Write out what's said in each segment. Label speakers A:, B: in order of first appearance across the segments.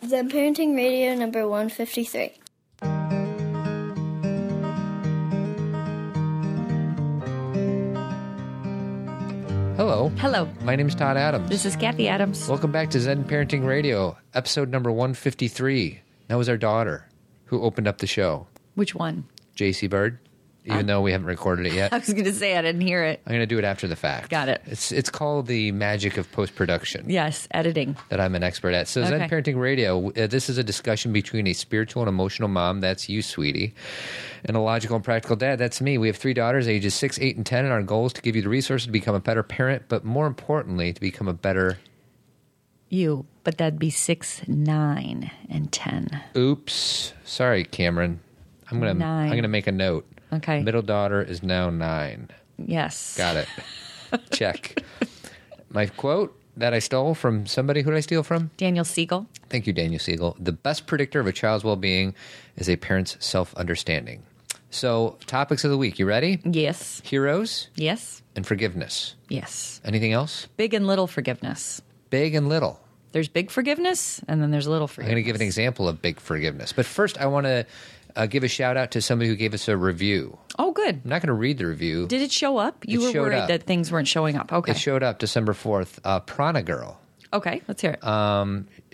A: Then Parenting Radio number 153.
B: Hello,
C: Hello,
B: my name's Todd Adams.
C: this is Kathy Adams.
B: Welcome back to Zen Parenting Radio, episode number 153. That was our daughter who opened up the show,
C: Which one?
B: JC Bird, even
C: Uh,
B: though we haven't recorded it yet.
C: I was going to say I didn't hear it.
B: I'm going to do it after the fact.
C: Got it.
B: It's, it's called the magic of post production.
C: Yes, editing.
B: that I'm an expert at. So Zen
C: Okay.
B: Parenting Radio, uh, this is a discussion between a spiritual and emotional mom, that's you, sweetie, and a logical and practical dad, that's me. We have three daughters, ages six, eight, and ten, and our goal is to give you the resources to become a better parent, but more importantly, to become a better
C: You, but that'd be six, nine, and ten.
B: oops. Sorry, Cameron. I'm gonna
C: Nine.
B: I'm gonna make a note.
C: Okay.
B: Middle daughter is now nine.
C: Yes.
B: Got it. Check. My quote that I stole from somebody who did I steal from?
C: Daniel Siegel.
B: Thank you, Daniel Siegel. The best predictor of a child's well being is a parent's self understanding. So, topics of the week. You ready?
C: Yes.
B: Heroes
C: Yes.
B: and forgiveness.
C: Yes.
B: Anything else?
C: Big and little forgiveness.
B: Big and little.
C: There's big forgiveness, and then there's little
B: I'm
C: forgiveness.
B: going to give an example of big forgiveness. But first, I want to uh, give a shout out to somebody who gave us a review.
C: Oh, good.
B: I'm not going to read the review.
C: Did it show up? You
B: It
C: were
B: showed
C: worried
B: up.
C: that things weren't showing up. Okay.
B: It showed up December 4th. Uh, Prana Girl.
C: okay. Let's hear it.
B: Uh,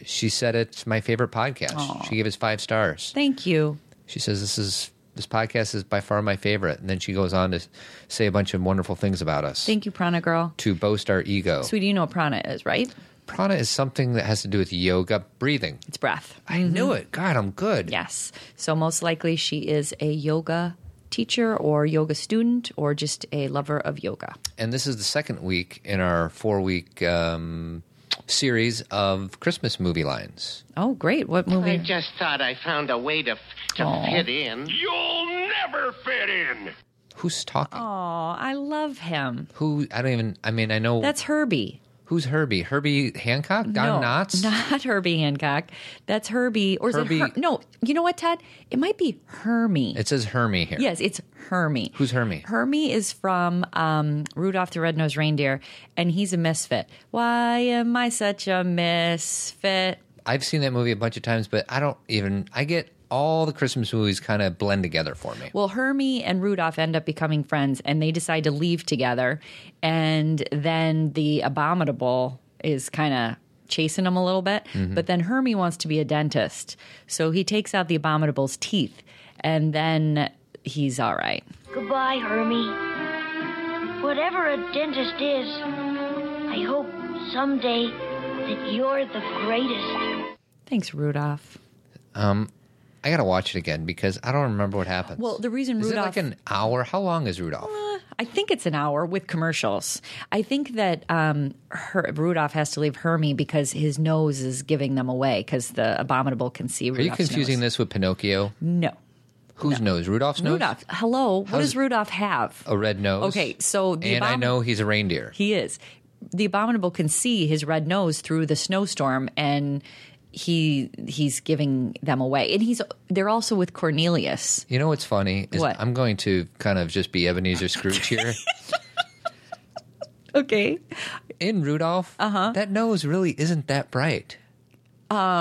B: She said it's my favorite podcast. She gave us five stars.
C: Thank you.
B: She says this is this podcast is by far my favorite, and then she goes on to s- say a bunch of wonderful things about us
C: Thank you, Prana girl.
B: to boast our ego.
C: Sweetie, you know what prana is, right?
B: Prana is something that has to do with yoga, breathing.
C: It's breath.
B: I knew it. God, I'm good.
C: Yes. So most likely she is a yoga teacher or yoga student or just a lover of yoga.
B: And this is the second week in our four week um, series of Christmas movie lines.
C: Oh, great. What
D: I
C: movie?
D: just thought I found a way to, to
C: Aw.
D: fit in.
E: You'll never fit in.
B: Who's talking?
C: Oh, I love him.
B: Who? I don't even. I mean, I know
C: That's Herbie.
B: who's Herbie. Herbie Hancock. Don
C: no,
B: Knotts.
C: Not Herbie Hancock. That's Herbie. Or is
B: Herbie-
C: it Her- No, you know what, Todd? It might be Hermie.
B: it says Hermie here.
C: yes, it's Hermie.
B: Who's Hermie?
C: Hermie is from um, Rudolph the Red-Nosed Reindeer, and he's a misfit. Why am I such a misfit?
B: I've seen that movie a bunch of times, but I don't even. I get all the Christmas movies kind of blend together for me.
C: Well, Hermie and Rudolph end up becoming friends and they decide to leave together. And then the abominable is kind of chasing him a little bit.
B: Mm-hmm.
C: But then Hermie wants to be a dentist. So he takes out the abominable's teeth and then he's all right.
F: Goodbye, Hermie. Whatever a dentist is, I hope someday that you're the greatest.
C: Thanks, Rudolph.
B: I gotta watch it again because I don't remember what happens.
C: Well, the reason
B: is it
C: Rudolph-
B: like an hour? How long is Rudolph?
C: I think it's an hour with commercials. I think that um, her, Rudolph has to leave Hermie because his nose is giving them away because the abominable can see
B: Are you
C: Rudolph's
B: confusing
C: nose.
B: this with Pinocchio?
C: No.
B: Whose nose? Rudolph's nose.
C: Rudolph. Hello. What does Rudolph have?
B: A red nose.
C: Okay, so the
B: and I
C: abom-
B: know he's a reindeer.
C: He is. The abominable can see his red nose through the snowstorm and he he's giving them away. And he's they're also with Cornelius.
B: you know what's funny? Is
C: What?
B: I'm going to kind of just be Ebenezer Scrooge here.
C: Okay.
B: In Rudolph, uh-huh. that nose really isn't that bright.
C: Yeah,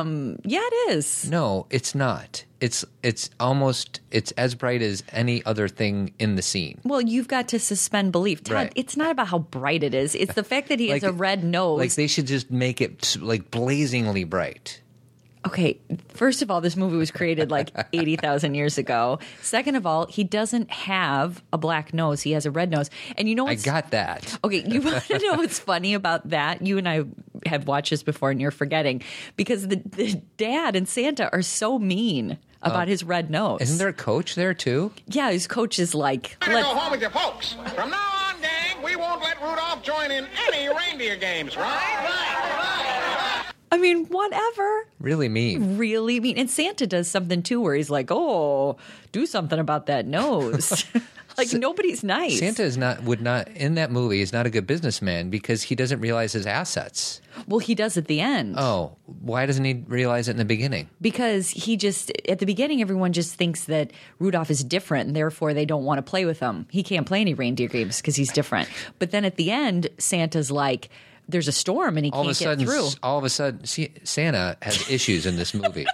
C: it is.
B: No, it's not. It's it's almost it's as bright as any other thing in the scene.
C: Well, you've got to suspend belief. Todd,
B: Right.
C: it's not about how bright it is. It's the fact that he has
B: Like-
C: a red nose.
B: Like they should just make it like blazingly bright.
C: okay, first of all, this movie was created like 80,000 years ago. Second of all, he doesn't have a black nose. He has a red nose. And you know
B: I
C: what's
B: got that.
C: Okay, you want to know what's funny about that? You and I have watched this before, and you're forgetting because the, the dad and Santa are so mean about his red nose.
B: Oh. Isn't there a coach there too?
C: Yeah, his coach is like,
G: Better go
C: let,
G: home with your folks. From now on, gang, we won't let Rudolph join in any reindeer games, right?
C: I mean, whatever.
B: Really mean.
C: Really mean. And Santa does something too, where he's like, oh, do something about that nose. like nobody's nice.
B: Santa is not would not in that movie is not a good businessman because he doesn't realize his assets.
C: Well, he does at the end.
B: Oh, why doesn't he realize it in the beginning?
C: because he just at the beginning everyone just thinks that Rudolph is different and therefore they don't want to play with him. He can't play any reindeer games because he's different. But then at the end Santa's like there's a storm and he
B: all of
C: can't
B: a sudden,
C: get through.
B: all of a sudden, see, Santa has issues in this movie.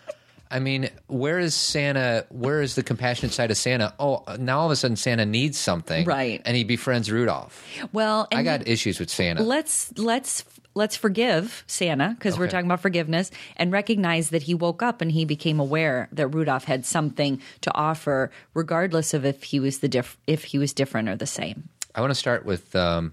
B: I mean, where is Santa? Where is the compassionate side of Santa? Oh, now all of a sudden, Santa needs something,
C: Right.
B: And he befriends Rudolph.
C: Well, and
B: I
C: he-
B: got issues with Santa.
C: let's let's let's forgive Santa because we're
B: Okay.
C: talking about forgiveness and recognize that he woke up and he became aware that Rudolph had something to offer, regardless of if he was the diff- if he was different or the same.
B: I want to start with um,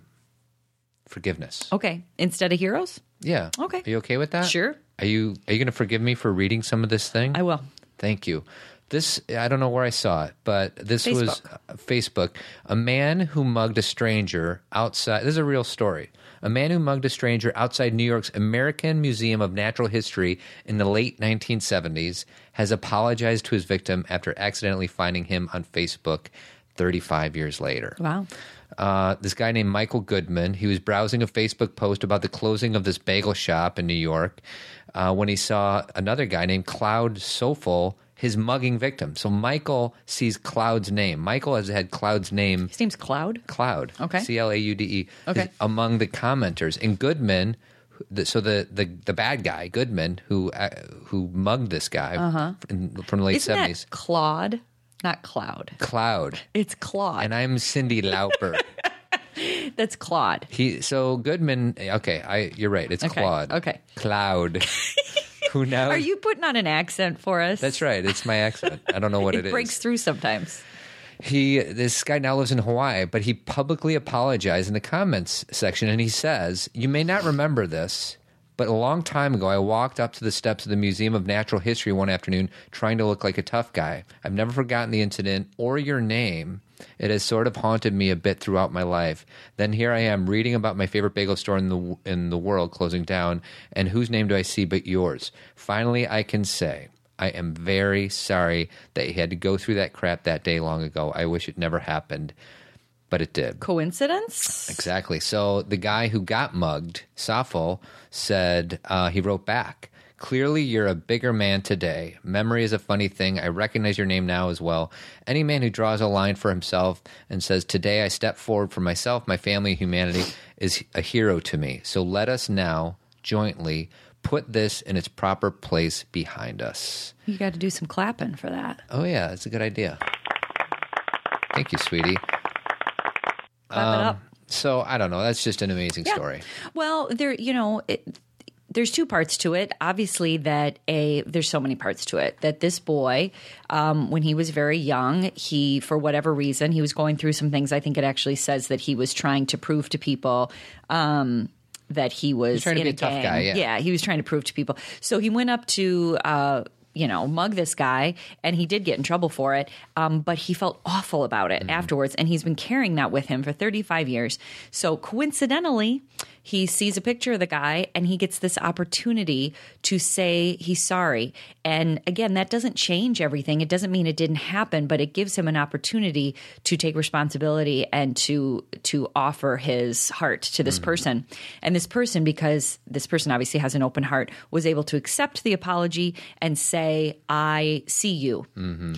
B: forgiveness.
C: Okay, instead of heroes,
B: Yeah.
C: Oh. Okay.
B: Are you okay with that?
C: Sure.
B: Are you Are you going to forgive me for reading some of this thing?
C: I will.
B: Thank you. This I don't know where I saw it, but this was
C: Facebook.
B: uh, Facebook. A man who mugged a stranger outside. This is a real story. A man who mugged a stranger outside New York's American Museum of Natural History in the late 1970s has apologized to his victim after accidentally finding him on Facebook 35 years later
C: Wow.
B: uh, this guy named Michael Goodman. He was browsing a Facebook post about the closing of this bagel shop in New York uh, when he saw another guy named Cloud Sofol, his mugging victim. So Michael sees Cloud's name. Michael has had Cloud's name
C: His name's Cloud.
B: Cloud.
C: Okay.
B: C L A U D E.
C: Okay.
B: is Among the commenters and Goodman, who- the- so the the the bad guy Goodman who uh, who mugged this guy in- from the late
C: Uh-huh. Isn't
B: seventies.
C: that Claude? Not Cloud.
B: Cloud.
C: It's Claude.
B: And I'm Cindy Lauper.
C: That's Claude.
B: He so Goodman. eh, Okay, I you're right. It's
C: Okay,
B: Claude.
C: okay.
B: Cloud. Who now?
C: Are you putting on an accent for us?
B: Uh, That's right. It's my accent. I don't know what
C: It,
B: it is.
C: breaks through sometimes.
B: He this guy now lives in Hawaii, but he publicly apologized in the comments section, and he says, "You may not remember this." But a long time ago, I walked up to the steps of the Museum of Natural History one afternoon trying to look like a tough guy. I've never forgotten the incident or your name. It has sort of haunted me a bit throughout my life. Then here I am reading about my favorite bagel store in the in the world closing down, and whose name do I see but yours? Finally, I can say I am very sorry that he had to go through that crap that day long ago. I wish it never happened, but it did.
C: Coincidence?
B: Exactly. So the guy who got mugged, Sappho, said uh, he wrote back. Clearly, you're a bigger man today. Memory is a funny thing. I recognize your name now as well. Any man who draws a line for himself and says, Today I step forward for myself, my family, humanity, is a hero to me. So let us now jointly put this in its proper place behind us.
C: You got to do some clapping for that.
B: Oh, yeah, that's a good idea. Thank you, sweetie.
C: Clap
B: Um,
C: it up.
B: So I don't know. That's just an amazing
C: Yeah.
B: story.
C: Well, there, you know, it, there's two parts to it. Obviously, that a there's so many parts to it. That this boy, um, when he was very young, he for whatever reason he was going through some things. I think it actually says that he was trying to prove to people. Um, that he was
B: trying to
C: in
B: be a
C: a
B: tough
C: gang.
B: guy, yeah.
C: he was trying to prove to people. So he went up to, uh, you know, mug this guy, and he did get in trouble for it. Um, but he felt awful about it afterwards, and he's been carrying that with him for 35 years. So coincidentally, he sees a picture of the guy, and he gets this opportunity to say he's sorry. And again, that doesn't change everything. It doesn't mean it didn't happen, but it gives him an opportunity to take responsibility and to to offer his heart to this person. And this person, because this person obviously has an open heart, was able to accept the apology and say, "I see you,"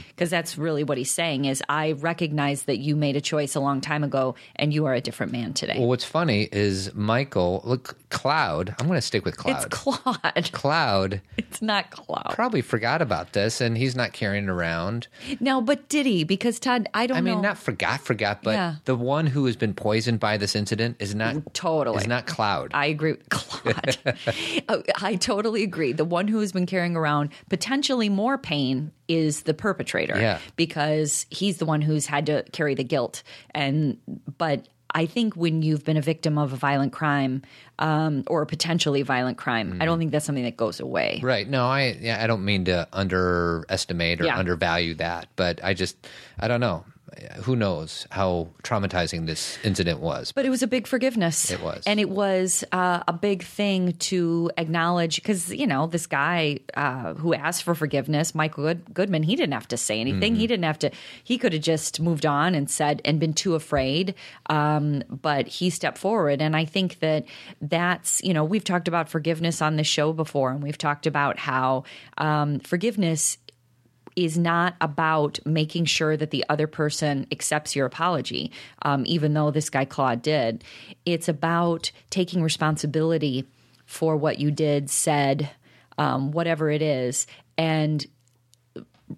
C: because that's really what he's saying is, "I recognize that you made a choice a long time ago, and you are a different man today."
B: Well, what's funny is Michael, look, Cloud, I'm going to stick with Cloud.
C: it's Claude.
B: Cloud
C: It's not Claude.
B: probably forgot about this and he's not carrying it around.
C: No, but did he? Because Todd, I don't
B: I mean,
C: know.
B: not forgot, forgot, but
C: Yeah.
B: the one who has been poisoned by this incident is not
C: Totally.
B: is not Cloud.
C: I agree with Claude. Oh, I totally agree. The one who has been carrying around potentially more pain is the perpetrator
B: Yeah.
C: because he's the one who's had to carry the guilt. And but I think when you've been a victim of a violent crime um, or a potentially violent crime, I don't think that's something that goes away.
B: right? No, I yeah, I don't mean to underestimate or
C: Yeah.
B: undervalue that, but I just I don't know. Who knows how traumatizing this incident was?
C: But it was a big forgiveness. It
B: was.
C: and it was uh, a big thing to acknowledge because you know this guy uh, who asked for forgiveness, Michael Good- Goodman, he didn't have to say anything. He didn't have to. He could have just moved on and said and been too afraid. Um, but he stepped forward, and I think that that's you know we've talked about forgiveness on this show before, and we've talked about how um, forgiveness is not about making sure that the other person accepts your apology, um, even though this guy Claude did. It's about taking responsibility for what you did, said, um, whatever it is, and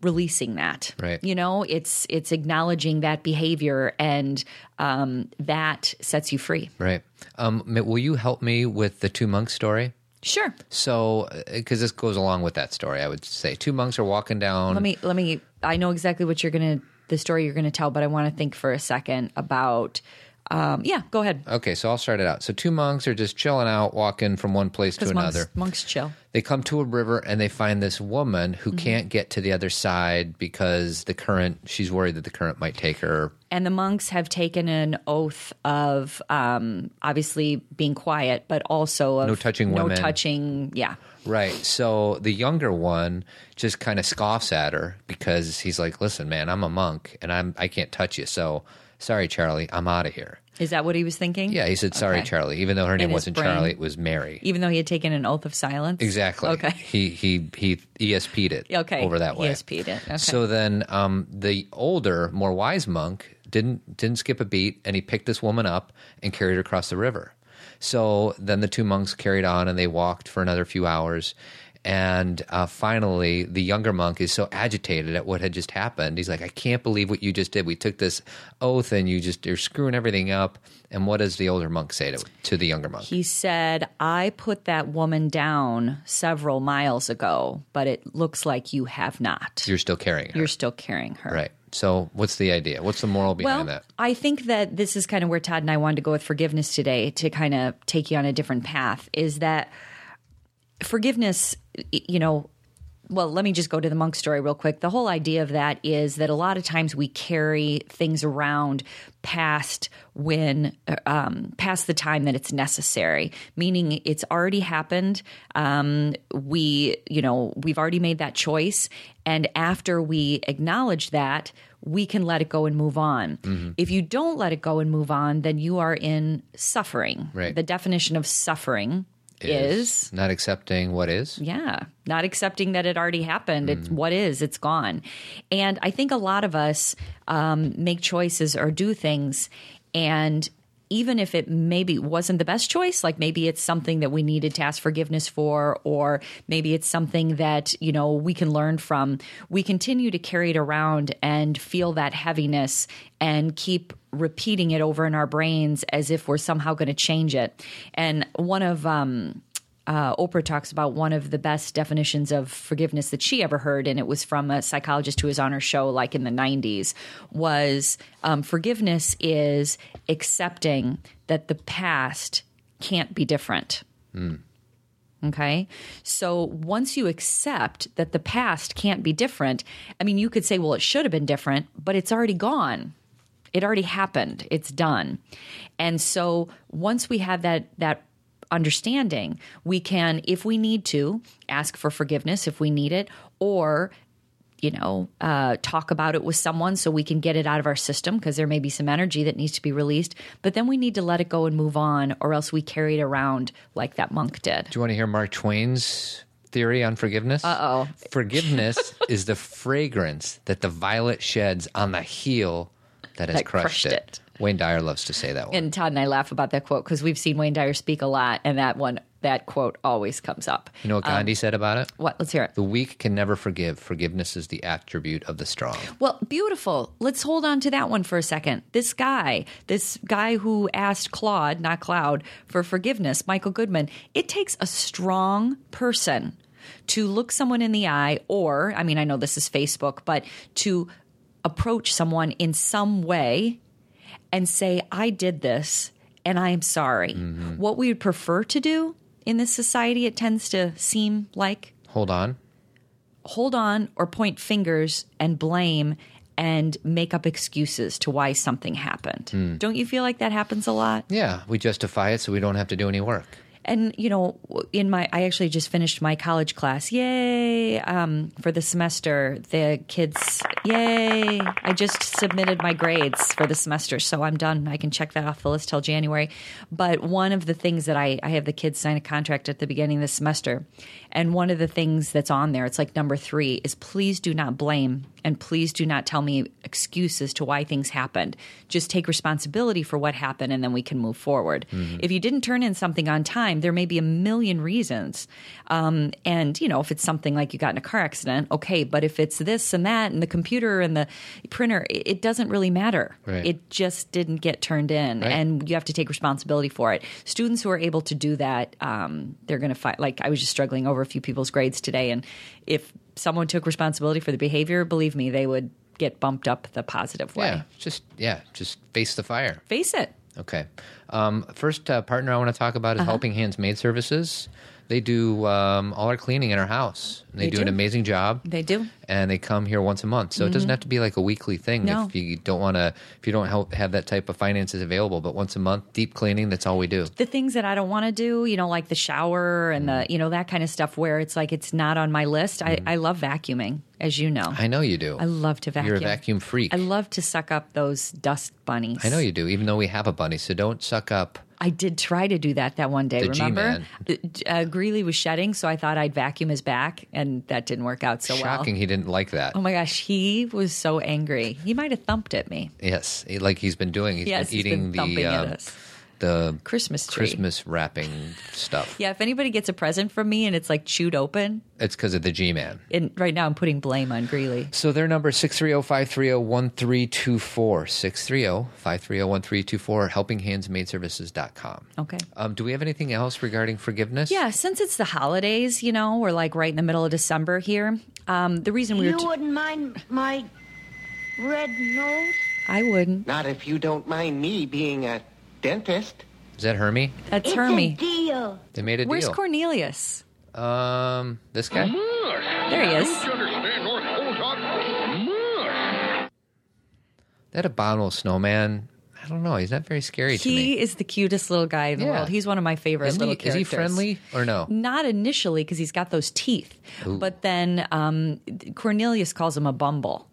C: releasing that
B: Right.
C: you know it's it's acknowledging that behavior and um, that sets you free
B: Right. Um, ma- will you help me with the two monks story?
C: sure
B: So, because this goes along with that story, I would say two monks are walking down.
C: let me let me i know exactly what you're gonna the story you're gonna tell but i want to think for a second about um, yeah go ahead
B: okay, so I'll start it out. So, two monks are just chilling out, walking from one place to
C: because monks,
B: another.
C: monks chill
B: They come to a river and they find this woman who
C: Mm-hmm.
B: can't get to the other side because the current. She's worried that the current might take her.
C: and the monks have taken an oath of um, obviously being quiet but also of
B: No touching
C: no
B: women.
C: touching yeah
B: Right. So the younger one just kind of scoffs at her because he's like, "Listen, man, I'm a monk and I'm I can't touch you. So sorry, Charlie, I'm out of here."
C: is that what he was thinking
B: Yeah, he said, "Sorry,
C: Okay.
B: Charlie," even though her name
C: his
B: wasn't
C: brain.
B: Charlie, it was Mary.
C: even though he had taken an oath of silence
B: Exactly.
C: okay
B: He he he ESP'd it.
C: okay E
B: Over that way.
C: esp'd it okay.
B: So then, um, the older, more wise monk didn't didn't skip a beat, and he picked this woman up and carried her across the river. So then the two monks carried on, and they walked for another few hours. And uh, finally, the younger monk is so agitated at what had just happened. He's like, "I can't believe what you just did. We took this oath, and you just you're screwing everything up." And what does the older monk say to to the younger monk?
C: He said, I put that woman down several miles ago, but it looks like you have not. You're,
B: you're still carrying her,
C: still carrying her.
B: right? So what's the idea? What's the moral
C: Well,
B: behind that?
C: I think that this is kind of where Todd and I wanted to go with forgiveness today to kind of take you on a different path is that forgiveness, y- you know, well, let me just go to the monk story real quick. The whole idea of that is that a lot of times we carry things around past when uh, um, past the time that it's necessary, meaning it's already happened. Um, we, you know, we've already made that choice, and after we acknowledge that, we can let it go and move on. If you don't let it go and move on, then you are in suffering.
B: Right.
C: The definition of suffering is
B: not accepting what is.
C: yeah. Not accepting that it already happened. It's what is, it's gone. And I think a lot of us um, make choices or do things. And even if it maybe wasn't the best choice, like maybe it's something that we needed to ask forgiveness for, or maybe it's something that, you know, we can learn from, we continue to carry it around and feel that heaviness and keep repeating it over in our brains as if we're somehow going to change it. And one of, um, uh, Oprah talks about one of the best definitions of forgiveness that she ever heard, and it was from a psychologist who was on her show, like in the '90s. Was um, forgiveness is accepting that the past can't be different. Okay. So once you accept that the past can't be different, I mean, you could say, well, it should have been different, but it's already gone. It already happened. It's done. And so once we have that, that, understanding we can if we need to ask for forgiveness if we need it or you know, uh, talk about it with someone so we can get it out of our system because there may be some energy that needs to be released. But then we need to let it go and move on, or else we carry it around like that monk did.
B: Do you want to hear Mark Twain's theory on forgiveness? Uh oh. Forgiveness is the fragrance that the violet sheds on the heel that has
C: That
B: crushed,
C: crushed
B: it.
C: it.
B: Wayne Dyer loves to say that one.
C: And Todd and I laugh about that quote because we've seen Wayne Dyer speak a lot, and that one, that quote always comes up.
B: you know what Gandhi said about it?
C: What? Let's hear it.
B: The weak can never forgive. Forgiveness is the attribute of the strong.
C: Well, beautiful. Let's hold on to that one for a second. This guy, this guy who asked Claude, not Cloud, for forgiveness, Michael Goodman, it takes a strong person to look someone in the eye, or, I mean, I know this is Facebook, but to approach someone in some way and say, I did this and I am sorry. What we would prefer to do in this society, it tends to seem like
B: Hold on.
C: hold on or point fingers and blame and make up excuses to why something happened. Don't you feel like that happens a lot?
B: Yeah, we justify it so we don't have to do any work.
C: And you know, in my I actually just finished my college class. Yay! Um, for the semester, the kids. Yay! I just submitted my grades for the semester, so I'm done. I can check that off the list till January. But one of the things that I I have the kids sign a contract at the beginning of the semester, and one of the things that's on there, it's like number three is please do not blame and please do not tell me excuses to why things happened. Just take responsibility for what happened and then we can move forward. If you didn't turn in something on time, there may be a million reasons. Um, and, you know, if it's something like you got in a car accident, okay, but if it's this and that and the computer and the printer, it, it doesn't really matter.
B: Right.
C: It just didn't get turned in
B: Right.
C: and you have to take responsibility for it. Students who are able to do that, um, they're going to fight. Like, I was just struggling over a few people's grades today and if someone took responsibility for the behavior, believe me, they would get bumped up the positive way.
B: Yeah, just yeah, just face the fire.
C: Face it.
B: Okay. Um, first uh, partner I want to talk about
C: Uh-huh.
B: is Helping Hands Maid Services. They do um, all our cleaning in our house. They,
C: They
B: do, an
C: do.
B: amazing job.
C: They do. Mm-hmm.
B: and they come here once a month. So it doesn't have to be like a weekly thing
C: No.
B: if you don't want to. If you don't help, have that type of finances available, but once a month, deep cleaning. That's all we do.
C: The things that I don't want to do, you know, like the shower and
B: Mm.
C: the, you know, that kind of stuff where it's like it's not on my list. I, I love vacuuming, as you know. I,
B: I know you do. I
C: love to vacuum.
B: You're a vacuum freak.
C: I love to suck up those dust bunnies.
B: I know you do. Even though we have a bunny, so don't suck up.
C: I did try to do that that one day.
B: The
C: remember, uh,
B: G-Man.
C: uh, Greeley was shedding, so I thought I'd vacuum his back, and that didn't work out so Oh, well.
B: Shocking. He didn't like that.
C: Oh my gosh, he was so angry. He might have thumped at me.
B: Yes, he- like he's been doing. He's
C: Yes,
B: been
C: he's been
B: eating
C: thumping
B: the
C: at
B: um,
C: us.
B: the
C: Christmas tree.
B: Christmas wrapping stuff.
C: Yeah, if anybody gets a present from me and it's like chewed open,
B: It's because of the G Man.
C: and right now I'm putting blame on Greeley.
B: So their number oh is 630-530-1324. 630-530-1324, helpinghandsmaidservices.com.
C: Okay.
B: Um, do we have anything else regarding forgiveness?
C: Yeah, since it's the holidays, you know, we're like right in the middle of December here. Um, the reason we were.
F: You
C: T-
F: wouldn't mind my red nose?
C: I wouldn't.
D: Not if you don't mind me being a dentist.
B: Is that Hermie?
C: That's
F: It's a
C: Hermie.
F: deal.
B: They made a
C: Where's Mm-hmm.
B: deal.
C: Cornelius?
B: um, this guy?
C: There he is.
E: understand North Pole talk?
B: That abominable snowman. I don't know. He's not very scary to me.
C: He is the cutest little guy in the
B: Yeah.
C: world. He's one of my favorite
B: Isn't
C: little
B: he, is he
C: characters. Mm.
B: friendly or no?
C: Not initially because he's got those teeth, but then um, Cornelius calls him a bumble.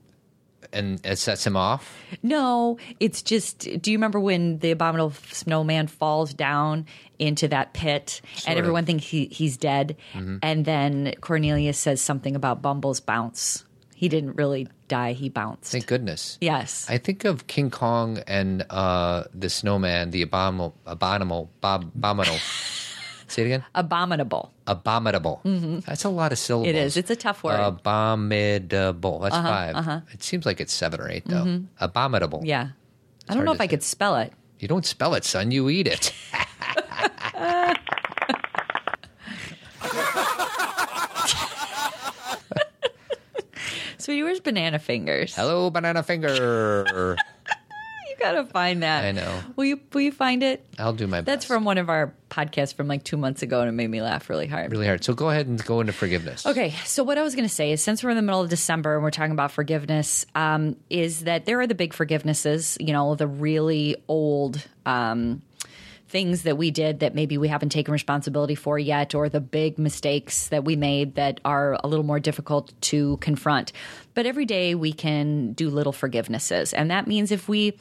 B: And it sets him off?
C: No, it's just. Do you remember when the abominable snowman falls down into that pit, and
B: of.
C: everyone thinks he, he's dead,
B: Mm-hmm.
C: and then Cornelius says something about Bumble's bounce. He didn't really die; he bounced.
B: Thank goodness.
C: yes,
B: I think of King Kong and uh, the snowman, the abominable, abominable, bob, abominable. Say it again.
C: abominable.
B: Abominable. That's a lot of syllables.
C: Mm-hmm. It is. It's a tough word. Uh-huh,
B: Abominable. That's 5 It seems like it's seven or eight, though. Abominable.
C: Mm-hmm. yeah, I don't know
B: hard
C: if
B: to
C: I could spell it.
B: You don't spell it, son. You eat it.
C: So he wears banana fingers.
B: Hello, banana finger.
C: You gotta find that.
B: I know.
C: Will you? Will you find it?
B: I'll do my
C: That's
B: best.
C: from one of our podcasts from like two months ago, and it made me laugh really hard.
B: really hard. So go ahead and go into forgiveness.
C: Okay, so what I was going to say is since we're in the middle of December and we're talking about forgiveness, um, is that there are the big forgivenesses, you know, the really old um, things that we did that maybe we haven't taken responsibility for yet, or the big mistakes that we made that are a little more difficult to confront. But every day we can do little forgivenesses. And that means if we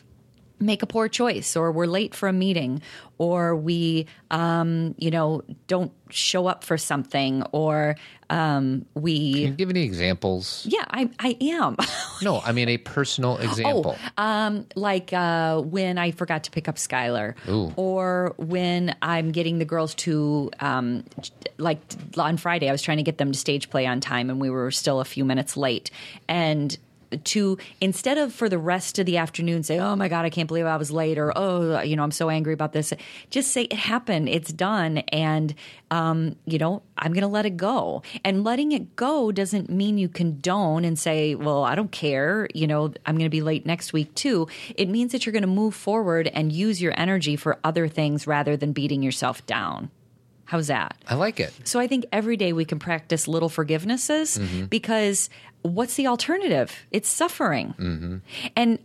C: make a poor choice or we're late for a meeting or we um, you know don't show up for something or um,
B: Can
C: we
B: you give any examples?
C: yeah i, I am
B: No, I mean a personal
C: Oh,
B: example.
C: like uh, when i forgot to pick up skylar
B: Ooh.
C: or when i'm getting the girls to um, like on friday i was trying to get them to stage play on time and we were still a few minutes late and to instead of for the rest of the afternoon say oh my god i can't believe i was late or oh you know i'm so angry about this just say it happened it's done and um, you know i'm going to let it go and letting it go doesn't mean you condone and say well i don't care you know i'm going to be late next week too it means that you're going to move forward and use your energy for other things rather than beating yourself down How's that?
B: I like it.
C: So I think every day we can practice little forgivenesses
B: Mm-hmm.
C: because what's the alternative? It's suffering. And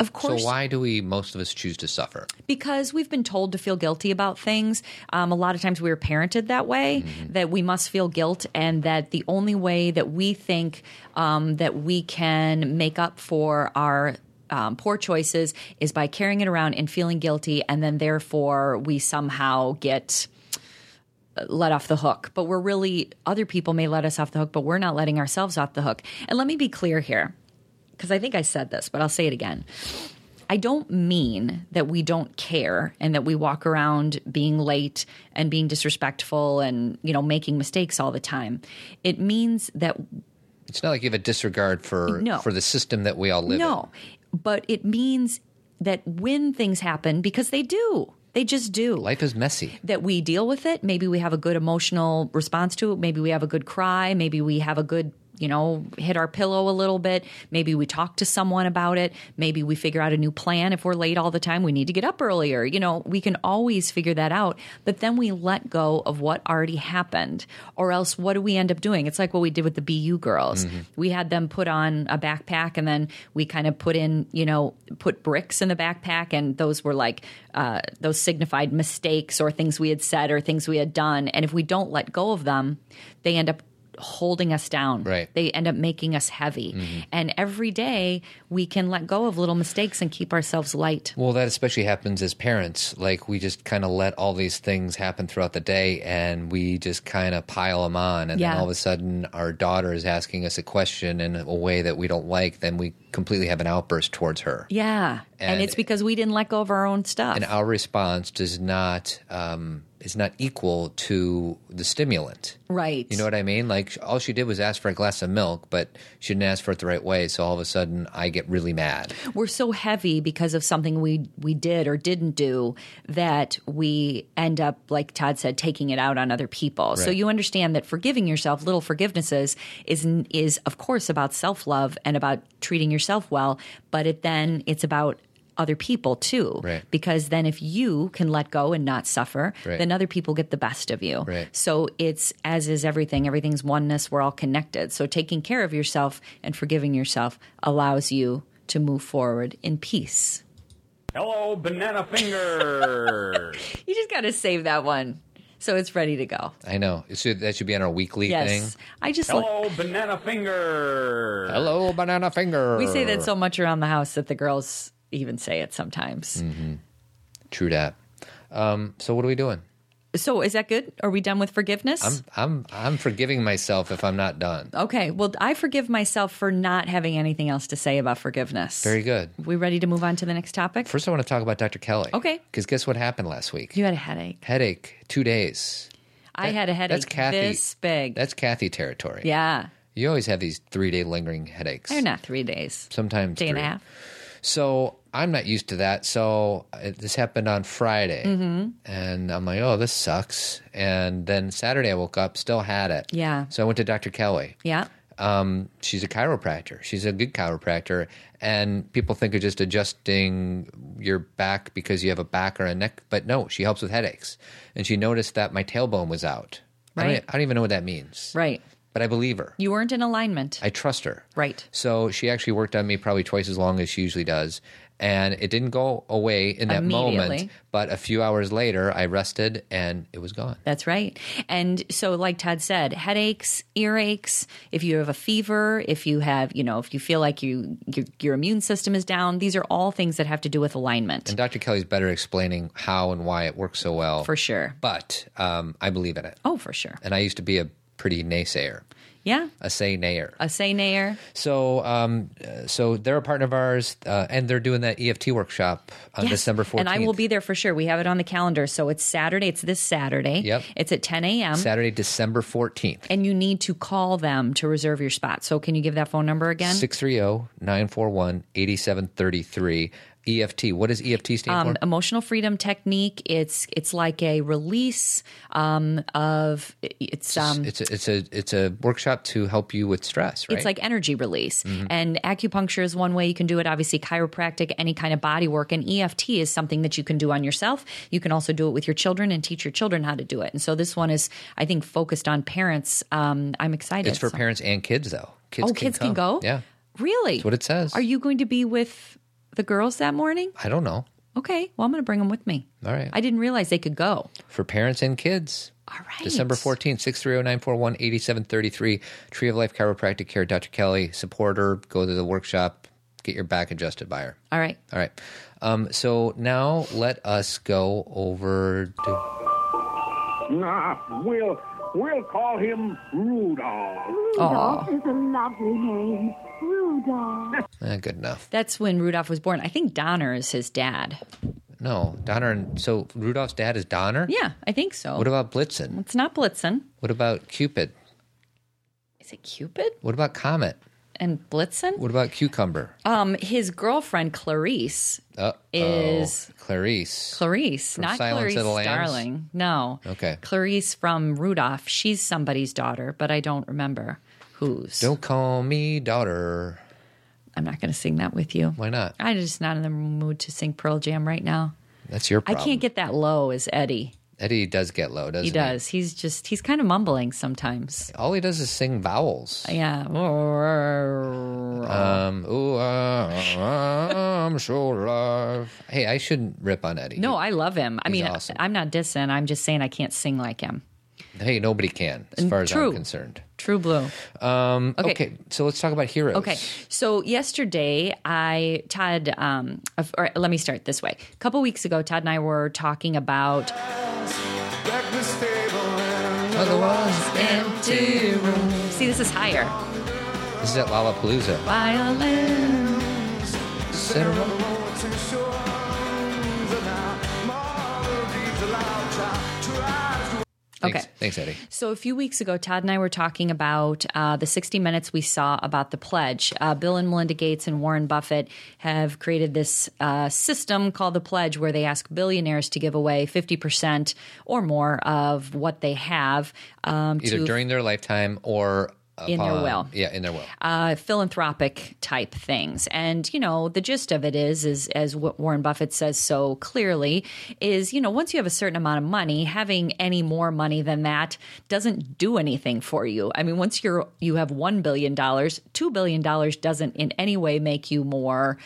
C: of
B: Mm-hmm. So
C: course,
B: why do we most of us choose to suffer?
C: because we've been told to feel guilty about things. Um, a lot of times we were parented that way, that we must feel guilt, and that the only way that we think um, that we can make up for our um, poor choices is by carrying it around and feeling guilty, and then therefore we somehow get uh, let off the hook. But we're really, other people may let us off the hook, but we're not letting ourselves off the hook. And let me be clear here, because I think I said this, but I'll say it again. I don't mean that we don't care and that we walk around being late and being disrespectful and, you know, making mistakes all the time. It means that
B: It's not like you have a disregard for
C: No.
B: for the system that we all live in.
C: no, but it means that when things happen because they do. They just do.
B: Life is messy.
C: that we deal with it. Maybe we have a good emotional response to it. Maybe we have a good cry. Maybe we have a good, you know, hit our pillow a little bit. Maybe we talk to someone about it. Maybe we figure out a new plan. If we're late all the time, we need to get up earlier. You know, we can always figure that out. But then we let go of what already happened, or else what do we end up doing? It's like what we did with the BU girls.
B: Mm-hmm.
C: We had them put on a backpack and then we kind of put in, you know, put bricks in the backpack, and those were like, uh, those signified mistakes or things we had said or things we had done. And if we don't let go of them, they end up holding us down.
B: Right. Mm-hmm.
C: They end up making us heavy. And every day we can let go of little mistakes and keep ourselves light.
B: Well, that especially happens as parents. Like we just kind of let all these things happen throughout the day, and we just kind of pile them on, and
C: Yeah.
B: then all of a sudden our daughter is asking us a question in a way that we don't like. Then we completely have an outburst towards her.
C: Yeah. And,
B: And-
C: it's because we didn't let go of our own stuff.
B: and uh, our response does not um, is not equal to the stimulant.
C: right.
B: You know what I mean? Like all she did was ask for a glass of milk, but she didn't ask for it the right way. So all of a sudden, I get really mad.
C: we're so heavy because of something we we did or didn't do that we end up like Todd said taking it out on other people. So
B: Right.
C: you understand that forgiving yourself little forgivenesses is n- is of course about self-love and about treating yourself well, but it then it's about other people too
B: Right.
C: because then if you can let go and not suffer
B: Right.
C: then other people get the best of you
B: Right.
C: so it's as is everything everything's oneness we're all connected so taking care of yourself and forgiving yourself allows you to move forward in peace
H: Hello, banana finger.
C: you just got to save that one so it's ready to go
B: I know. So that should be on our weekly
C: yes
B: thing.
C: i just like
H: Hello, banana finger.
B: Hello, banana finger.
C: we say that so much around the house that the girls even say it sometimes
B: Mm. True that. Um, so what are we doing?
C: so is that good are we done with forgiveness
B: I'm I'm I'm forgiving myself if I'm not done.
C: okay well i forgive myself for not having anything else to say about forgiveness
B: Very good.
C: we ready to move on to the next topic
B: First, I want to talk about Dr. Kelly.
C: Okay.
B: Because guess what happened last week?
C: you had a headache
B: Headache, two days.
C: i had a headache
B: That's Kathy.
C: this big
B: That's Kathy territory.
C: yeah
B: You always have these three day lingering headaches.
C: They're not three days.
B: Sometimes
C: Day and a
B: three.
C: half.
B: So I'm not used to that. So uh, this happened on Friday,
C: Mm-hmm.
B: and I'm like, "Oh, this sucks." And then Saturday, I woke up, still had it.
C: Yeah.
B: So I went to Dr. Kelly.
C: Yeah.
B: Um, she's a chiropractor. She's a good chiropractor, and people think of just adjusting your back because you have a back or a neck, but no, she helps with headaches. And she noticed that my tailbone was out. I
C: Right.
B: don't, e- I don't even know what that means.
C: Right.
B: But I believe her.
C: You weren't in alignment.
B: I trust her.
C: Right.
B: So she actually worked on me probably twice as long as she usually does. And it didn't go away in that moment.
C: Immediately.
B: But a few hours later, I rested and it was gone.
C: That's right. And so, like Todd said, headaches, earaches, if you have a fever, if you have, you know, if you feel like you your, your immune system is down, these are all things that have to do with alignment
B: And Dr. Kelly's better explaining how and why it works so well.
C: for sure.
B: But um, I believe in it.
C: Oh, for sure.
B: And I used to be a pretty naysayer,
C: Yeah.
B: a say nayer.
C: A say nayer.
B: So, um, uh, so they're a partner of ours, uh, and they're doing that EFT workshop on
C: Yes.
B: December 14th.
C: And I will be there for sure. We have it on the calendar. So it's Saturday. It's this Saturday.
B: Yep.
C: It's at 10 a.m.
B: Saturday, December 14th.
C: and you need to call them to reserve
B: oh,
C: your spot. So can you give that phone number again?
B: 630-941-8733 EFT. E What does EFT stand
C: um,
B: for?
C: emotional freedom technique. It's it's like a release um, of it's um,
B: It's a, it's a it's a workshop to help you with stress, right?
C: it's like energy release.
B: Mm-hmm.
C: And acupuncture is one way you can do it. Obviously, chiropractic, any kind of body work, and EFT is something that you can do on yourself. You can also do it with your children and teach your children how to do it. And so this one is, I think, focused on parents. Um, I'm excited.
B: it's for
C: So-
B: parents and kids though. Kids
C: Oh, kids can
B: come.
C: go.
B: Yeah,
C: really.
B: that's what it says.
C: Are you going to be with the girls that morning?
B: I don't know.
C: Okay. Well, I'm going to bring them with me.
B: All right,
C: I didn't realize they could go.
B: for parents and kids.
C: All right.
B: December 14th, 630-941-8733, Tree of Life Chiropractic Care, Dr. Kelly, support her, go to the workshop, get your back adjusted by her.
C: All right.
B: All right. Um, so now let us go over to
E: Nah, we'll we'll call him Rudolph.
F: Rudolph is a lovely name. Rudolph.
B: eh, good enough.
C: That's when Rudolph was born. I think Donner is his dad.
B: No, Donner and so Rudolph's dad is Donner?
C: Yeah, I think so.
B: What about Blitzen?
C: It's not Blitzen.
B: What about Cupid?
C: Is it Cupid
B: What about Comet?
C: and Blitzen?
B: What about Cucumber?
C: Um, his girlfriend Clarice,
B: Uh
C: Is-
B: Clarice.
C: Clarice,
B: From
C: not
B: Silence
C: Clarice
B: of the Lambs?
C: Starling. No,
B: Okay.
C: Clarice from Rudolph. She's somebody's daughter, but I don't remember whose.
B: Don't call me daughter.
C: I'm not going to sing that with you.
B: Why not?
C: I'm just not in the mood to sing Pearl Jam right now.
B: That's your problem.
C: I can't get that low as Eddie.
B: Eddie does get low, doesn't
C: He
B: he?
C: does. He's just he's kind of mumbling sometimes.
B: All he does is sing vowels.
C: Yeah. Uh-huh.
B: Um, ooh, uh, I'm so alive. Hey, I shouldn't rip on Eddie.
C: No, I love him. I mean,
B: awesome.
C: I'm not dissing. I'm just saying I can't sing like him.
B: Hey, nobody can, as far as I'm
C: Mm, True.
B: concerned.
C: True blue.
B: Um, okay.
C: Okay.
B: so let's talk about heroes.
C: Okay. So yesterday, I Todd. Um, of- or let me start this way. A couple weeks ago, Todd and I were talking about
B: Otherwise,
C: empty room. See, this is higher.
B: this is at Lollapalooza.
C: Violin.
B: Cinema. Thanks,
C: Okay.
B: thanks, Eddie.
C: So a few weeks ago, Todd and I were talking about uh, the 60 Minutes we saw about the pledge. Uh, Bill and Melinda Gates and Warren Buffett have created this uh, system called the pledge, where they ask billionaires to give away 50 percent or more of what they have um,
B: Either
C: to
B: during their lifetime or
C: In their
B: upon-
C: will.
B: Yeah, in their will.
C: uh, philanthropic type things. And you know, the gist of it is, is as what Warren Buffett says so clearly, is you know, once you have a certain amount of money, having any more money than that doesn't do anything for you. I mean, once you're you have one billion dollars, two billion dollars doesn't in any way make you more.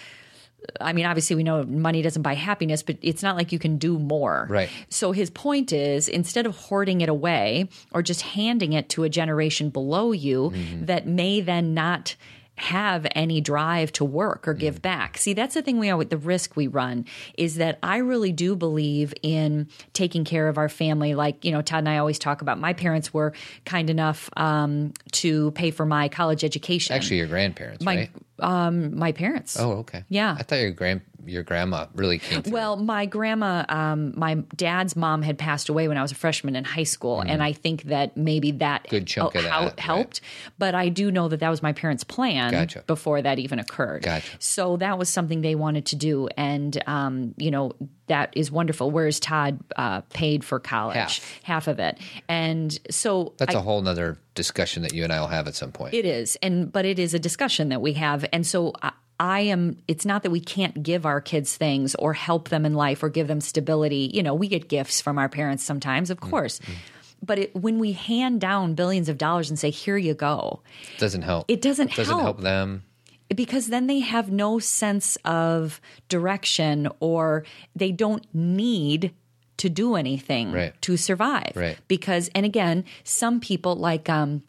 C: I mean, obviously, we know money doesn't buy happiness, but it's not like you can do more.
B: Right.
C: So his point is instead of hoarding it away or just handing it to a generation below you
B: Mm-hmm.
C: that may then not have any drive to work or
B: Mm.
C: give back. See, that's the thing we always the risk we run is that I really do believe in taking care of our family. Like, you know, Todd and I always talk about my parents were kind enough um, to pay for my college education.
B: Actually, your grandparents,
C: my
B: right?
C: um my parents.
B: Oh, okay.
C: Yeah.
B: I thought your grand your grandma really came. Through.
C: Well, my grandma, um, my dad's mom had passed away when I was a freshman in high school, and I think that maybe that
B: Mm-hmm. Good chunk of that,
C: hel-
B: right.
C: helped. But I do know that that was my parents' plan
B: Gotcha.
C: before that even occurred.
B: Gotcha.
C: So that was something they wanted to do, and um, you know that is wonderful. Whereas Todd uh, paid for college,
B: Half.
C: of it, and so
B: That's
C: I-
B: a whole nother discussion that you and I will have at some point.
C: it is, and but it is a discussion that we have, and so I, I am. It's not that we can't give our kids things or help them in life or give them stability. You know, we get gifts from our parents sometimes, of
B: Mm,
C: course, but it, when we hand down billions of dollars and say, "Here you go,"
B: doesn't help.
C: it doesn't,
B: doesn't help them.
C: because then they have no sense of direction or they don't need to do anything
B: Right.
C: to survive
B: Right.
C: because and again some people like um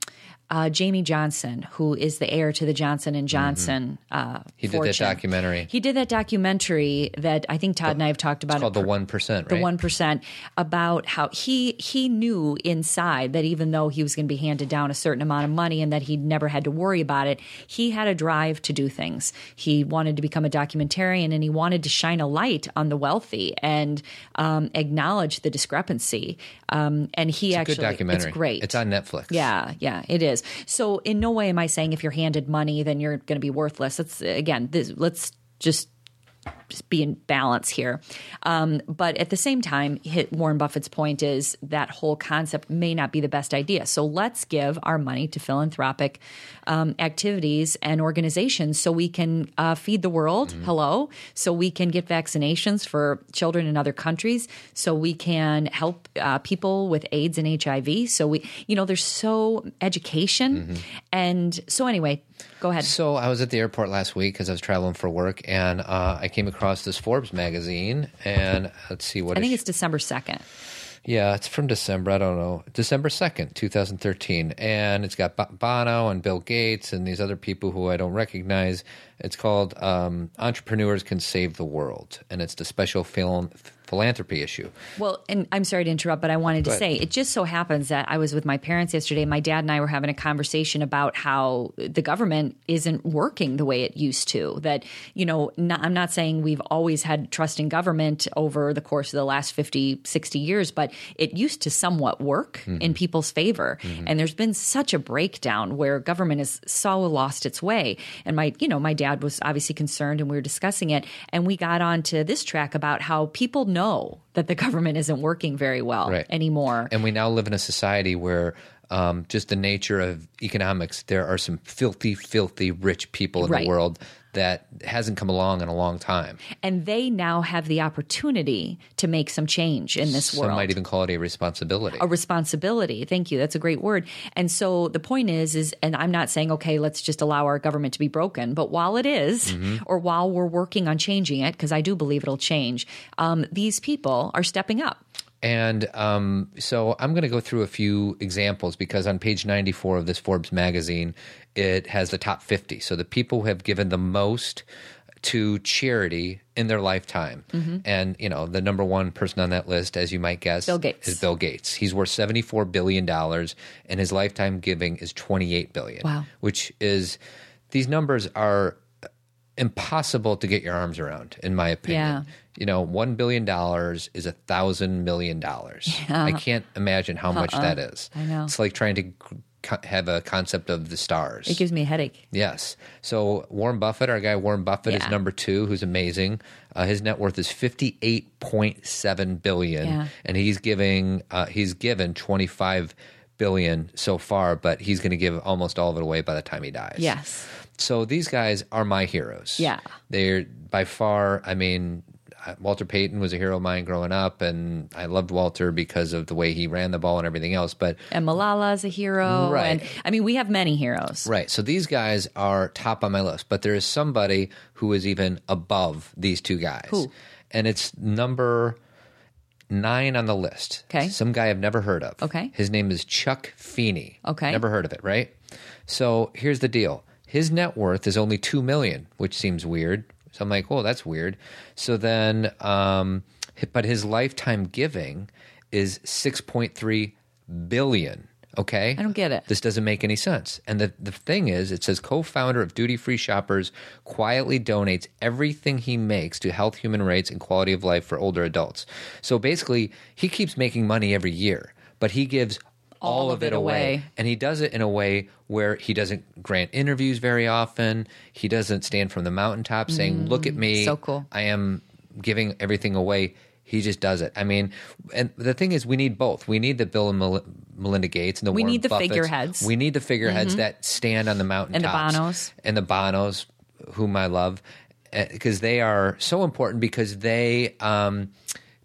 C: uh, Jamie Johnson, who is the heir to the Johnson and Johnson, uh,
B: Mm-hmm. He did that
C: fortune.
B: documentary.
C: He did that documentary that I think Todd and I have talked about. it
B: Called the
C: per-
B: one percent,
C: the
B: right?
C: one percent about how he he knew inside that even though he was going to be handed down a certain amount of money and that he'd never had to worry about it, he had a drive to do things. He wanted to become a documentarian and he wanted to shine a light on the wealthy and um, acknowledge the discrepancy. Um, and he
B: It's a
C: actually
B: good documentary.
C: it's great.
B: It's on Netflix.
C: Yeah, yeah, it is. So in no way am I saying if you're handed money then you're going to be worthless. That's again, this, let's just just be in balance here. Um, but at the same time, hit Warren Buffett's point is that whole concept may not be the best idea. So let's give our money to philanthropic um, activities and organizations so we can uh, feed the world.
B: Mm-hmm.
C: Hello. So we can get vaccinations for children in other countries. So we can help uh, people with AIDS and HIV. So we, you know, there's so education. And so, anyway, go ahead.
B: Mm-hmm. So I was at the airport last week because I was traveling for work, and uh, I came across this Forbes magazine. And let's see what
C: I think
B: issue-
C: it's December 2nd.
B: Yeah, it's from December. I don't know. December 2nd, 2013. And it's got Bo- Bono and Bill Gates and these other people who I don't recognize. It's called um, Entrepreneurs Can Save the World. And it's the special phil- philanthropy issue.
C: Well, and I'm sorry to interrupt, but I wanted to
B: Go ahead.
C: say it just so happens that I was with my parents yesterday. My dad and I were having a conversation about how the government isn't working the way it used to. That, you know, not, I'm not saying we've always had trust in government over the course of the last 50, 60 years, but it used to somewhat work in people's favor. And there's been such a breakdown where government has so lost its way. And my, you know, my dad was obviously concerned and we were discussing it. And we got onto this track about how people know that the government isn't working very well
B: Right.
C: anymore.
B: And we now live in a society where. Um, just the nature of economics. There are some filthy, filthy rich people in
C: Right.
B: the world that hasn't come along in a long time.
C: and they now have the opportunity to make some change in this
B: Some
C: world.
B: might even call it a responsibility.
C: a responsibility. Thank you. That's a great word. And so the point is, is, and I'm not saying, okay, let's just allow our government to be broken, but while it is,
B: Mm-hmm.
C: or while we're working on changing it, because I do believe it'll change, um, these people are stepping up.
B: And um, so I'm going to go through a few examples because on page 94 of this Forbes magazine, it has the top 50. So the people who have given the most to charity in their lifetime.
C: Mm-hmm.
B: And, you know, the number one person on that list, as you might guess,
C: Bill Gates.
B: is Bill Gates. He's worth $74 billion and his lifetime giving is $28 billion.
C: Wow.
B: Which is, these numbers are impossible to get your arms around, in my opinion.
C: Yeah.
B: You know, one billion dollars is a thousand million dollars. I can't imagine how much that is.
C: Uh-uh. I know.
B: It's like trying to co- have a concept of the stars.
C: It gives me a headache.
B: yes. So Warren Buffett, our guy Warren Buffett,
C: Yeah.
B: is number two, who's amazing. Uh, his net worth is fifty eight point seven billion,
C: Yeah.
B: and he's giving uh, he's given twenty five billion so far, but he's going to give almost all of it away by the time he dies.
C: Yes.
B: So these guys are my heroes.
C: Yeah.
B: They're by far, I mean, uh, Walter Payton was a hero of mine growing up, and I loved Walter because of the way he ran the ball and everything else. But
C: And Malala is a hero.
B: Right.
C: And I mean, we have many heroes.
B: Right. So these guys are top on my list, but there is somebody who is even above these two guys.
C: Who?
B: And it's number nine on the list.
C: Okay.
B: Some guy I've never heard of.
C: Okay.
B: His name is Chuck Feeney.
C: Okay.
B: Never heard of it, right? So here's the deal. His net worth is only two million, which seems weird. So I'm like, oh, that's weird. So then um but his lifetime giving is six point three billion. Okay.
C: I don't get it.
B: This doesn't make any sense. And the, the thing is, it says co founder of Duty Free Shoppers quietly donates everything he makes to health, human rights, and quality of life for older adults. So basically, he keeps making money every year, but he gives all, of it, away.
C: away.
B: And he does it in a way where he doesn't grant interviews very often. He doesn't stand from the mountaintop saying, Look at me.
C: Mm, so cool.
B: I am giving everything away. He just does it. I mean, and the thing is, we need both. We need the Bill and Mel- Melinda Gates and the
C: We
B: Warren
C: need the
B: Buffetts.
C: figureheads. Mm-hmm.
B: We need the figureheads that stand on the
C: the
B: mountaintops
C: Bonos.
B: and the Bonos, whom I love, because they are so important because they um,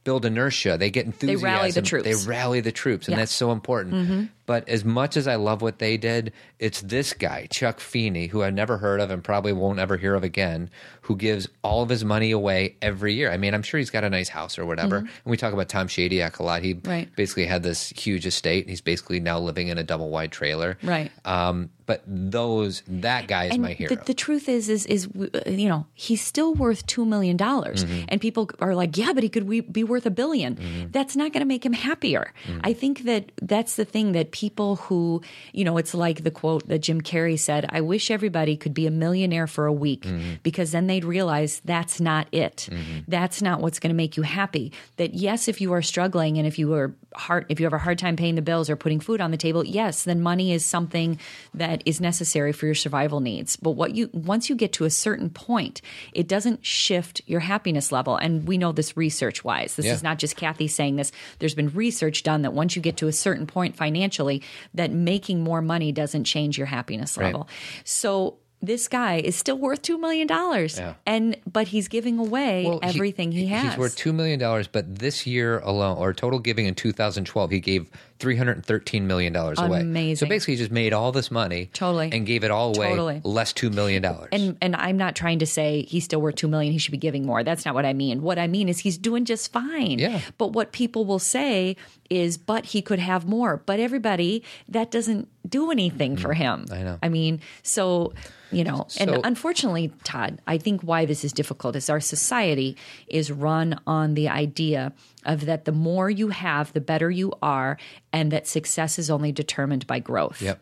B: build inertia. They get enthusiasm.
C: rally the troops.
B: They rally the troops, and
C: Yeah. Mm-hmm.
B: that's so important. But as much as I love what they did, it's this guy, Chuck Feeney, who I've never heard of and probably won't ever hear of again, who gives all of his money away every year. I mean, I'm sure he's got a nice house or whatever. And we talk about Tom Shadyac a lot. He
C: Mm-hmm. Right.
B: basically had this huge estate. and He's basically now living in a double wide trailer.
C: Right.
B: Um, but those that guy is my hero.
C: The, the truth is, is, is uh, you know, he's still worth two million dollars,
B: Mm-hmm.
C: and people are like, yeah,
B: Mm-hmm.
C: but he could we- be worth a 1000000000 That's not going to make him happier. I think that that's the thing that people who, you know, it's like the quote that Jim Carrey said, I wish everybody could be a millionaire for a week
B: Mm-hmm.
C: because then they'd realize that's not it. That's not what's going to make you happy. That yes, if you are struggling and if you are hard if you have a hard time paying the bills or putting food on the table, yes, then money is something that is necessary for your survival needs. But what you once you get to a certain point, it doesn't shift your happiness level. And we know this research wise. This
B: Yeah.
C: is not just Kathy saying this. There's been research done that once you get to a certain point financially, that making more money doesn't change your happiness level. So this guy is still worth two million dollars, and but he's giving away
B: Well,
C: everything he, has.
B: He's worth two million dollars, but this year alone, or total giving in 2012, he gave 313 million dollars away. So
C: Amazing.
B: basically, he just made all this money,
C: Totally.
B: and gave it all away,
C: Totally.
B: less two million dollars.
C: and and I'm not trying to say he's still worth two million. He should be giving more. That's not what I mean. What I mean is he's doing just fine.
B: Yeah.
C: But what people will say is, but he could have more. But everybody, that doesn't do anything for him. I
B: Mm. know.
C: I mean, so you know,
B: So-
C: and unfortunately, Todd, I think why this is difficult is our society is run on the idea of that the more you have, the better you are, and that success is only determined by growth.
B: Yep.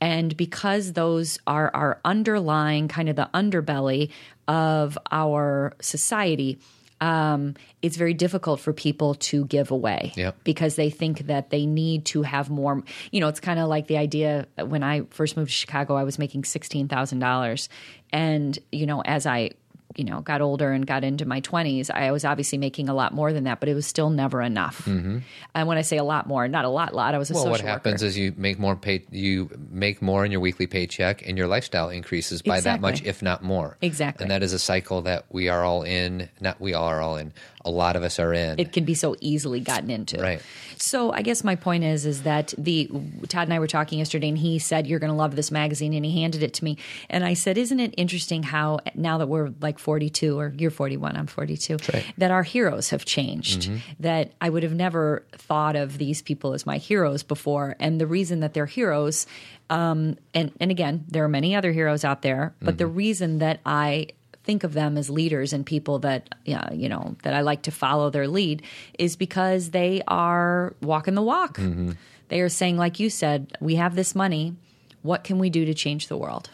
C: And because those are our underlying kind of the underbelly of our society, um, it's very difficult for people to give away
B: Yep.
C: because they think that they need to have more. You know, it's kind of like the idea when I first moved to Chicago, I was making $16,000. And, you know, as I, you know, got older and got into my 20s, I was obviously making a lot more than that, but it was still never enough. And when I say a lot more, not a lot, lot, I was a
B: Mm-hmm. well,
C: social
B: what happens
C: worker.
B: is you make more pay, you make more in your weekly paycheck, and your lifestyle increases by that much,
C: Exactly.
B: if not more.
C: Exactly.
B: And that is a cycle that we are all in. Not we are all in. A lot of us are in.
C: it can be so easily gotten into.
B: Right.
C: So I guess my point is is that the Todd and I were talking yesterday and he said you're going to love this magazine and he handed it to me and I said isn't it interesting how now that we're like 42 or you're 41 I'm 42 that our heroes have changed that I would have never thought of these people as my heroes before and the reason that they're heroes um and and again there are many other heroes out there but
B: Mm-hmm.
C: the reason that I think of them as leaders and people that yeah, you know that I like to follow their lead is because they are walking the walk.
B: Mm-hmm.
C: They are saying, like you said, we have this money. What can we do to change the world?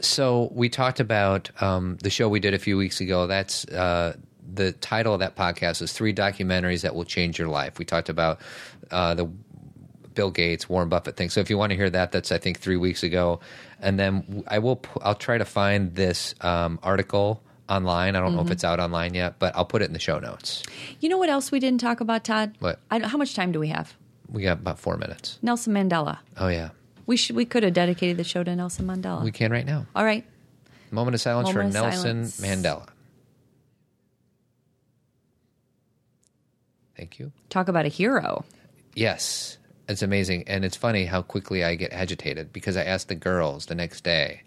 B: so we talked about um, the show we did a few weeks ago. That's uh, the title of that podcast is three documentaries that will change your life. We talked about uh, the Bill Gates, Warren Buffett thing. So if you want to hear that, that's I think three weeks ago. And then w- I will pu- I'll try to find this um, article online. I don't know if it's out online yet, but I'll put it in the show notes.
C: You know what else we didn't talk about, Todd?
B: What?
C: I, how much time do we have?
B: We got about four minutes.
C: Nelson Mandela.
B: Oh yeah,
C: We should we could have dedicated the show to Nelson Mandela.
B: we can right now.
C: All right.
B: Moment of silence
C: Moment
B: for
C: of
B: Nelson
C: silence.
B: Mandela. Thank you.
C: Talk about a hero.
B: Yes, it's amazing, and it's funny how quickly I get agitated because I asked the girls the next day.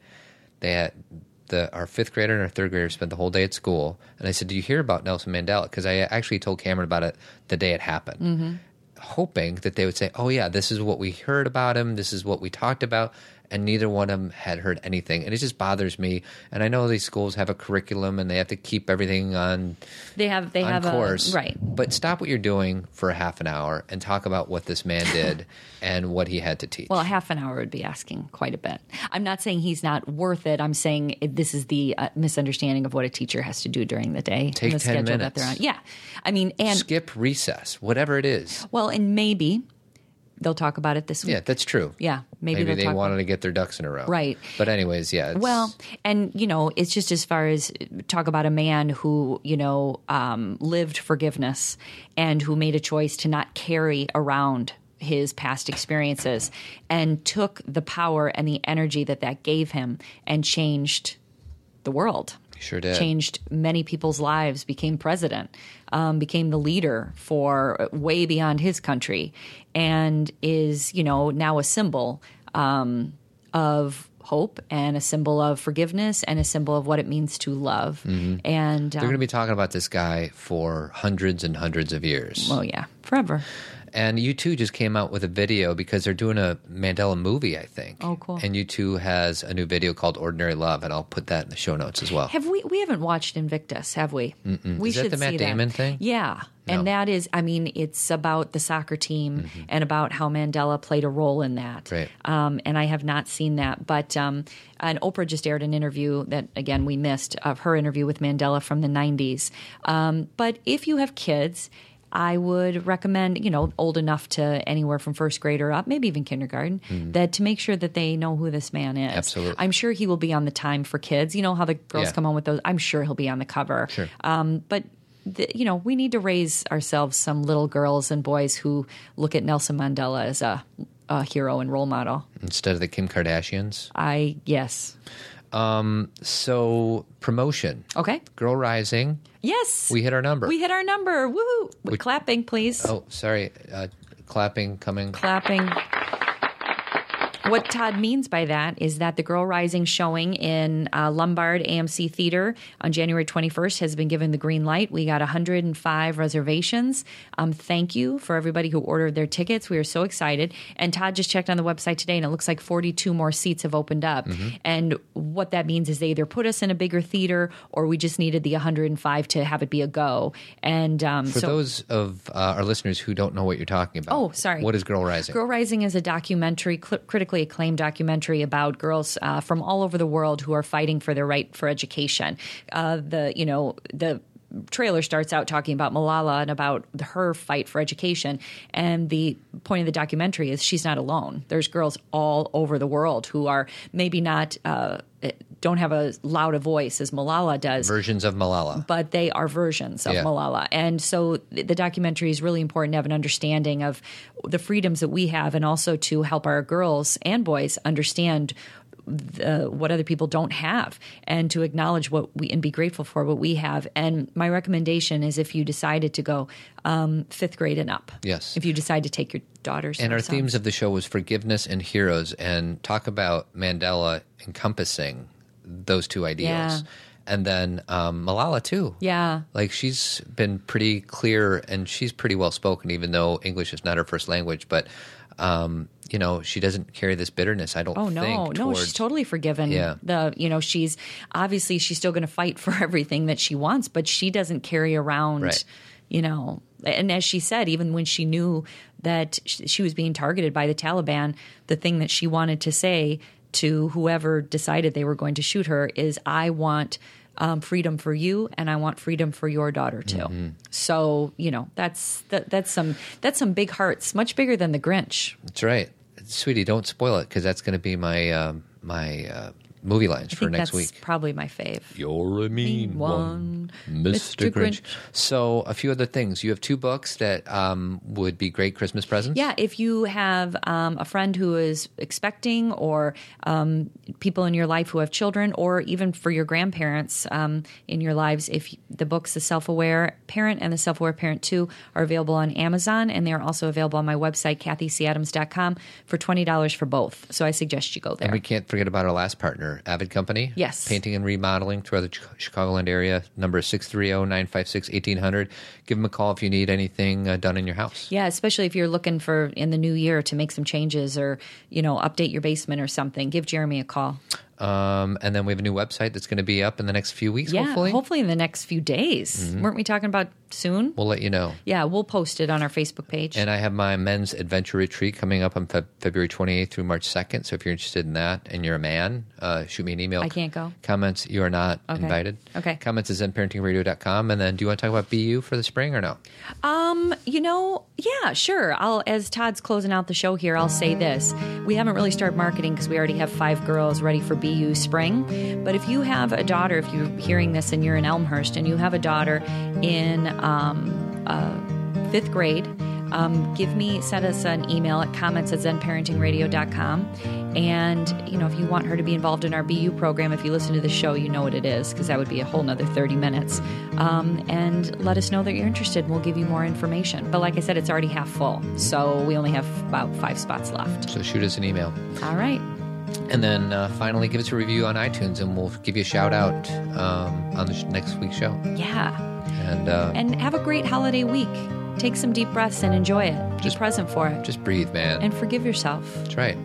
B: They had the our fifth grader and our third grader spent the whole day at school, and I said, "Do you hear about Nelson Mandela?" Because I actually told Cameron about it the day it happened, hoping that they would say, "Oh yeah, this is what we heard about him. This is what we talked about." And neither one of them had heard anything, and it just bothers me. And I know these schools have a curriculum, and they have to keep everything on
C: They have they
B: on
C: have
B: course.
C: a right.
B: But stop what you're doing for a half an hour and talk about what this man did and what he had to teach.
C: Well, half an hour would be asking quite a bit. I'm not saying he's not worth it. I'm saying it- this is the uh, misunderstanding of what a teacher has to do during the day. and
B: Take 10
C: the schedule That they're on.
B: minutes.
C: Yeah. I mean, and
B: Skip recess, whatever it is.
C: well, and maybe they'll talk about it this week.
B: Yeah, that's true.
C: Yeah, maybe
B: Maybe
C: they'll
B: they
C: talk
B: wanted
C: about-
B: to get their ducks in a row.
C: Right.
B: But anyways, yeah. it's-
C: Well, and you know, it's just as far as talk about a man who you know um, lived forgiveness and who made a choice to not carry around his past experiences and took the power and the energy that that gave him and changed the world.
B: sure did.
C: Changed many people's lives. Became president. Um, became the leader for uh, way beyond his country, and is you know now a symbol um, of hope and a symbol of forgiveness and a symbol of what it means to love. And
B: They're
C: um,
B: going to be talking about this guy for hundreds and hundreds of years.
C: oh yeah, forever.
B: And U2 just came out with a video because they're doing a Mandela movie, I think.
C: Oh, cool.
B: And U2 has a new video called Ordinary Love, and I'll put that in the show notes as well.
C: Have we? We haven't watched Invictus, have we? Mm-mm. We
B: Is that the Matt
C: see
B: Damon thing?
C: Yeah, and
B: No. Mm-hmm.
C: that is. I mean, it's about the soccer team and about how Mandela played a role in that.
B: Right.
C: Um, and I have not seen that, but um, and Oprah just aired an interview that again we missed of her interview with Mandela from the '90s. Um, but if you have kids. I would recommend, you know, old enough to anywhere from first grade or up, maybe even kindergarten, that to make sure that they know who this man is.
B: Mm-hmm. Absolutely.
C: I'm sure he will be on the time for kids. You know how the girls
B: Yeah.
C: come on with those. I'm sure he'll be on the cover.
B: Sure.
C: Um, but the, you know, we need to raise ourselves some little girls and boys who look at Nelson Mandela as a, a hero and role model.
B: Instead of the Kim Kardashians.
C: I yes,
B: So, promotion.
C: okay,
B: Girl Rising,
C: yes,
B: we hit our number.
C: we hit our number. Woohoo! Clapping, please.
B: oh, sorry. Uh, clapping, coming.
C: clapping. What Todd means by that is that the Girl Rising showing in uh, Lombard AMC Theater on January 21st has been given the green light. We got 105 reservations. Um, thank you for everybody who ordered their tickets. We are so excited. And Todd just checked on the website today, and it looks like 42 more seats have opened up. And what that means is they either put us in a bigger theater, or we just needed the 105 to have it be a go. And um,
B: For
C: so
B: those of uh, our listeners who don't know what you're talking about,
C: Oh, sorry.
B: What is Girl Rising?
C: Girl Rising is a documentary, cl- critically acclaimed documentary about girls uh, from all over the world who are fighting for their right for education. Uh, the you know the trailer starts out talking about Malala and about her fight for education, and the point of the documentary is she's not alone. There's girls all over the world who are maybe not. Uh, don't have as loud a voice as Malala does,
B: Versions of Malala.
C: but they are versions of
B: Yeah.
C: Malala. And so th- the documentary is really important to have an understanding of the freedoms that we have and also to help our girls and boys understand the, what other people don't have and to acknowledge what we and be grateful for what we have. And my recommendation is if you decided to go um, fifth grade and up.
B: Yes.
C: If you decide to take your daughters
B: and
C: or
B: our
C: sons.
B: themes of the show was forgiveness and heroes and talk about mandela encompassing those two ideals
C: Yeah.
B: and then um, malala too
C: Yeah.
B: like she's been pretty clear and she's pretty well spoken even though english is not her first language but um, you know she doesn't carry this bitterness i don't
C: Oh
B: think
C: no, no,
B: towards-
C: she's totally forgiven.
B: Yeah.
C: The you know she's obviously she's still going to fight for everything that she wants, but she doesn't carry around,
B: Right.
C: you know. And as she said, even when she knew that sh- she was being targeted by the Taliban, the thing that she wanted to say to whoever decided they were going to shoot her is, "I want." Um, freedom for you, and I want freedom for your daughter too.
B: Mm-hmm.
C: So you know that's that, that's some that's some big hearts, much bigger than the Grinch.
B: that's right sweetie don't spoil it because that's going to be my um, my uh, movie lines
C: I
B: for
C: think
B: next
C: that's
B: week
C: probably my fave.
B: You're a mean
C: one,
B: Mr.
C: Mr.
B: Grinch.
C: Grinch.
B: So, a few other things. You have two books that um, would be great Christmas presents.
C: Yeah, if you have um, a friend who is expecting, or um, people in your life who have children, or even for your grandparents um, in your lives, if you- the books "The Self Aware Parent" and "The Self Aware Parent Two are available on Amazon, and they are also available on my website kathycadams.com for twenty dollars for both. So I suggest you go there.
B: And we can't forget about our last partner, Avid Company.
C: Yes.
B: Painting and remodeling throughout the Chi- Chicagoland area. Number oh is 630 956 1800. Give them a call if you need anything uh, done in your house.
C: Yeah, especially if you're looking for in the new year to make some changes or you know update your basement or something. Give Jeremy a call.
B: Um, and then we have a new website that's going to be up in the next few weeks,
C: Yeah,
B: hopefully. Mm-hmm.
C: in the next few days. Weren't we talking about soon?
B: We'll let you know.
C: Yeah, we'll post it on our Facebook page.
B: And I have my men's adventure retreat coming up on Feb- February 28th through March 2nd. So if you're interested in that and you're a man, uh, shoot me an email.
C: I can't go.
B: Comments, you are not
C: Okay.
B: invited.
C: Okay.
B: Comments is zenparentingradio.com. And then do you want to talk about BU for the spring or no?
C: um, you know, yeah, sure. I'll as Todd's closing out the show here, I'll say this. We haven't really started marketing because we already have five girls ready for BU spring. But if you have a daughter, if you're hearing this and you're in Elmhurst and you have a daughter in um, uh, fifth grade, um, give me send us an email at comments at zenparentingradio.com and you know if you want her to be involved in our bu program if you listen to the show you know what it is because that would be a whole nother 30 minutes um, and let us know that you're interested and we'll give you more information but like i said it's already half full so we only have about five spots left
B: So shoot us an email.
C: all right
B: And then uh, finally, give us a review on iTunes and we'll give you a shout out um, on the sh- next week's show.
C: yeah
B: And, uh,
C: and have a great holiday week Take some deep breaths and enjoy it. Be
B: Just-
C: present for it
B: Just breathe, man.
C: and forgive yourself.
B: That's right.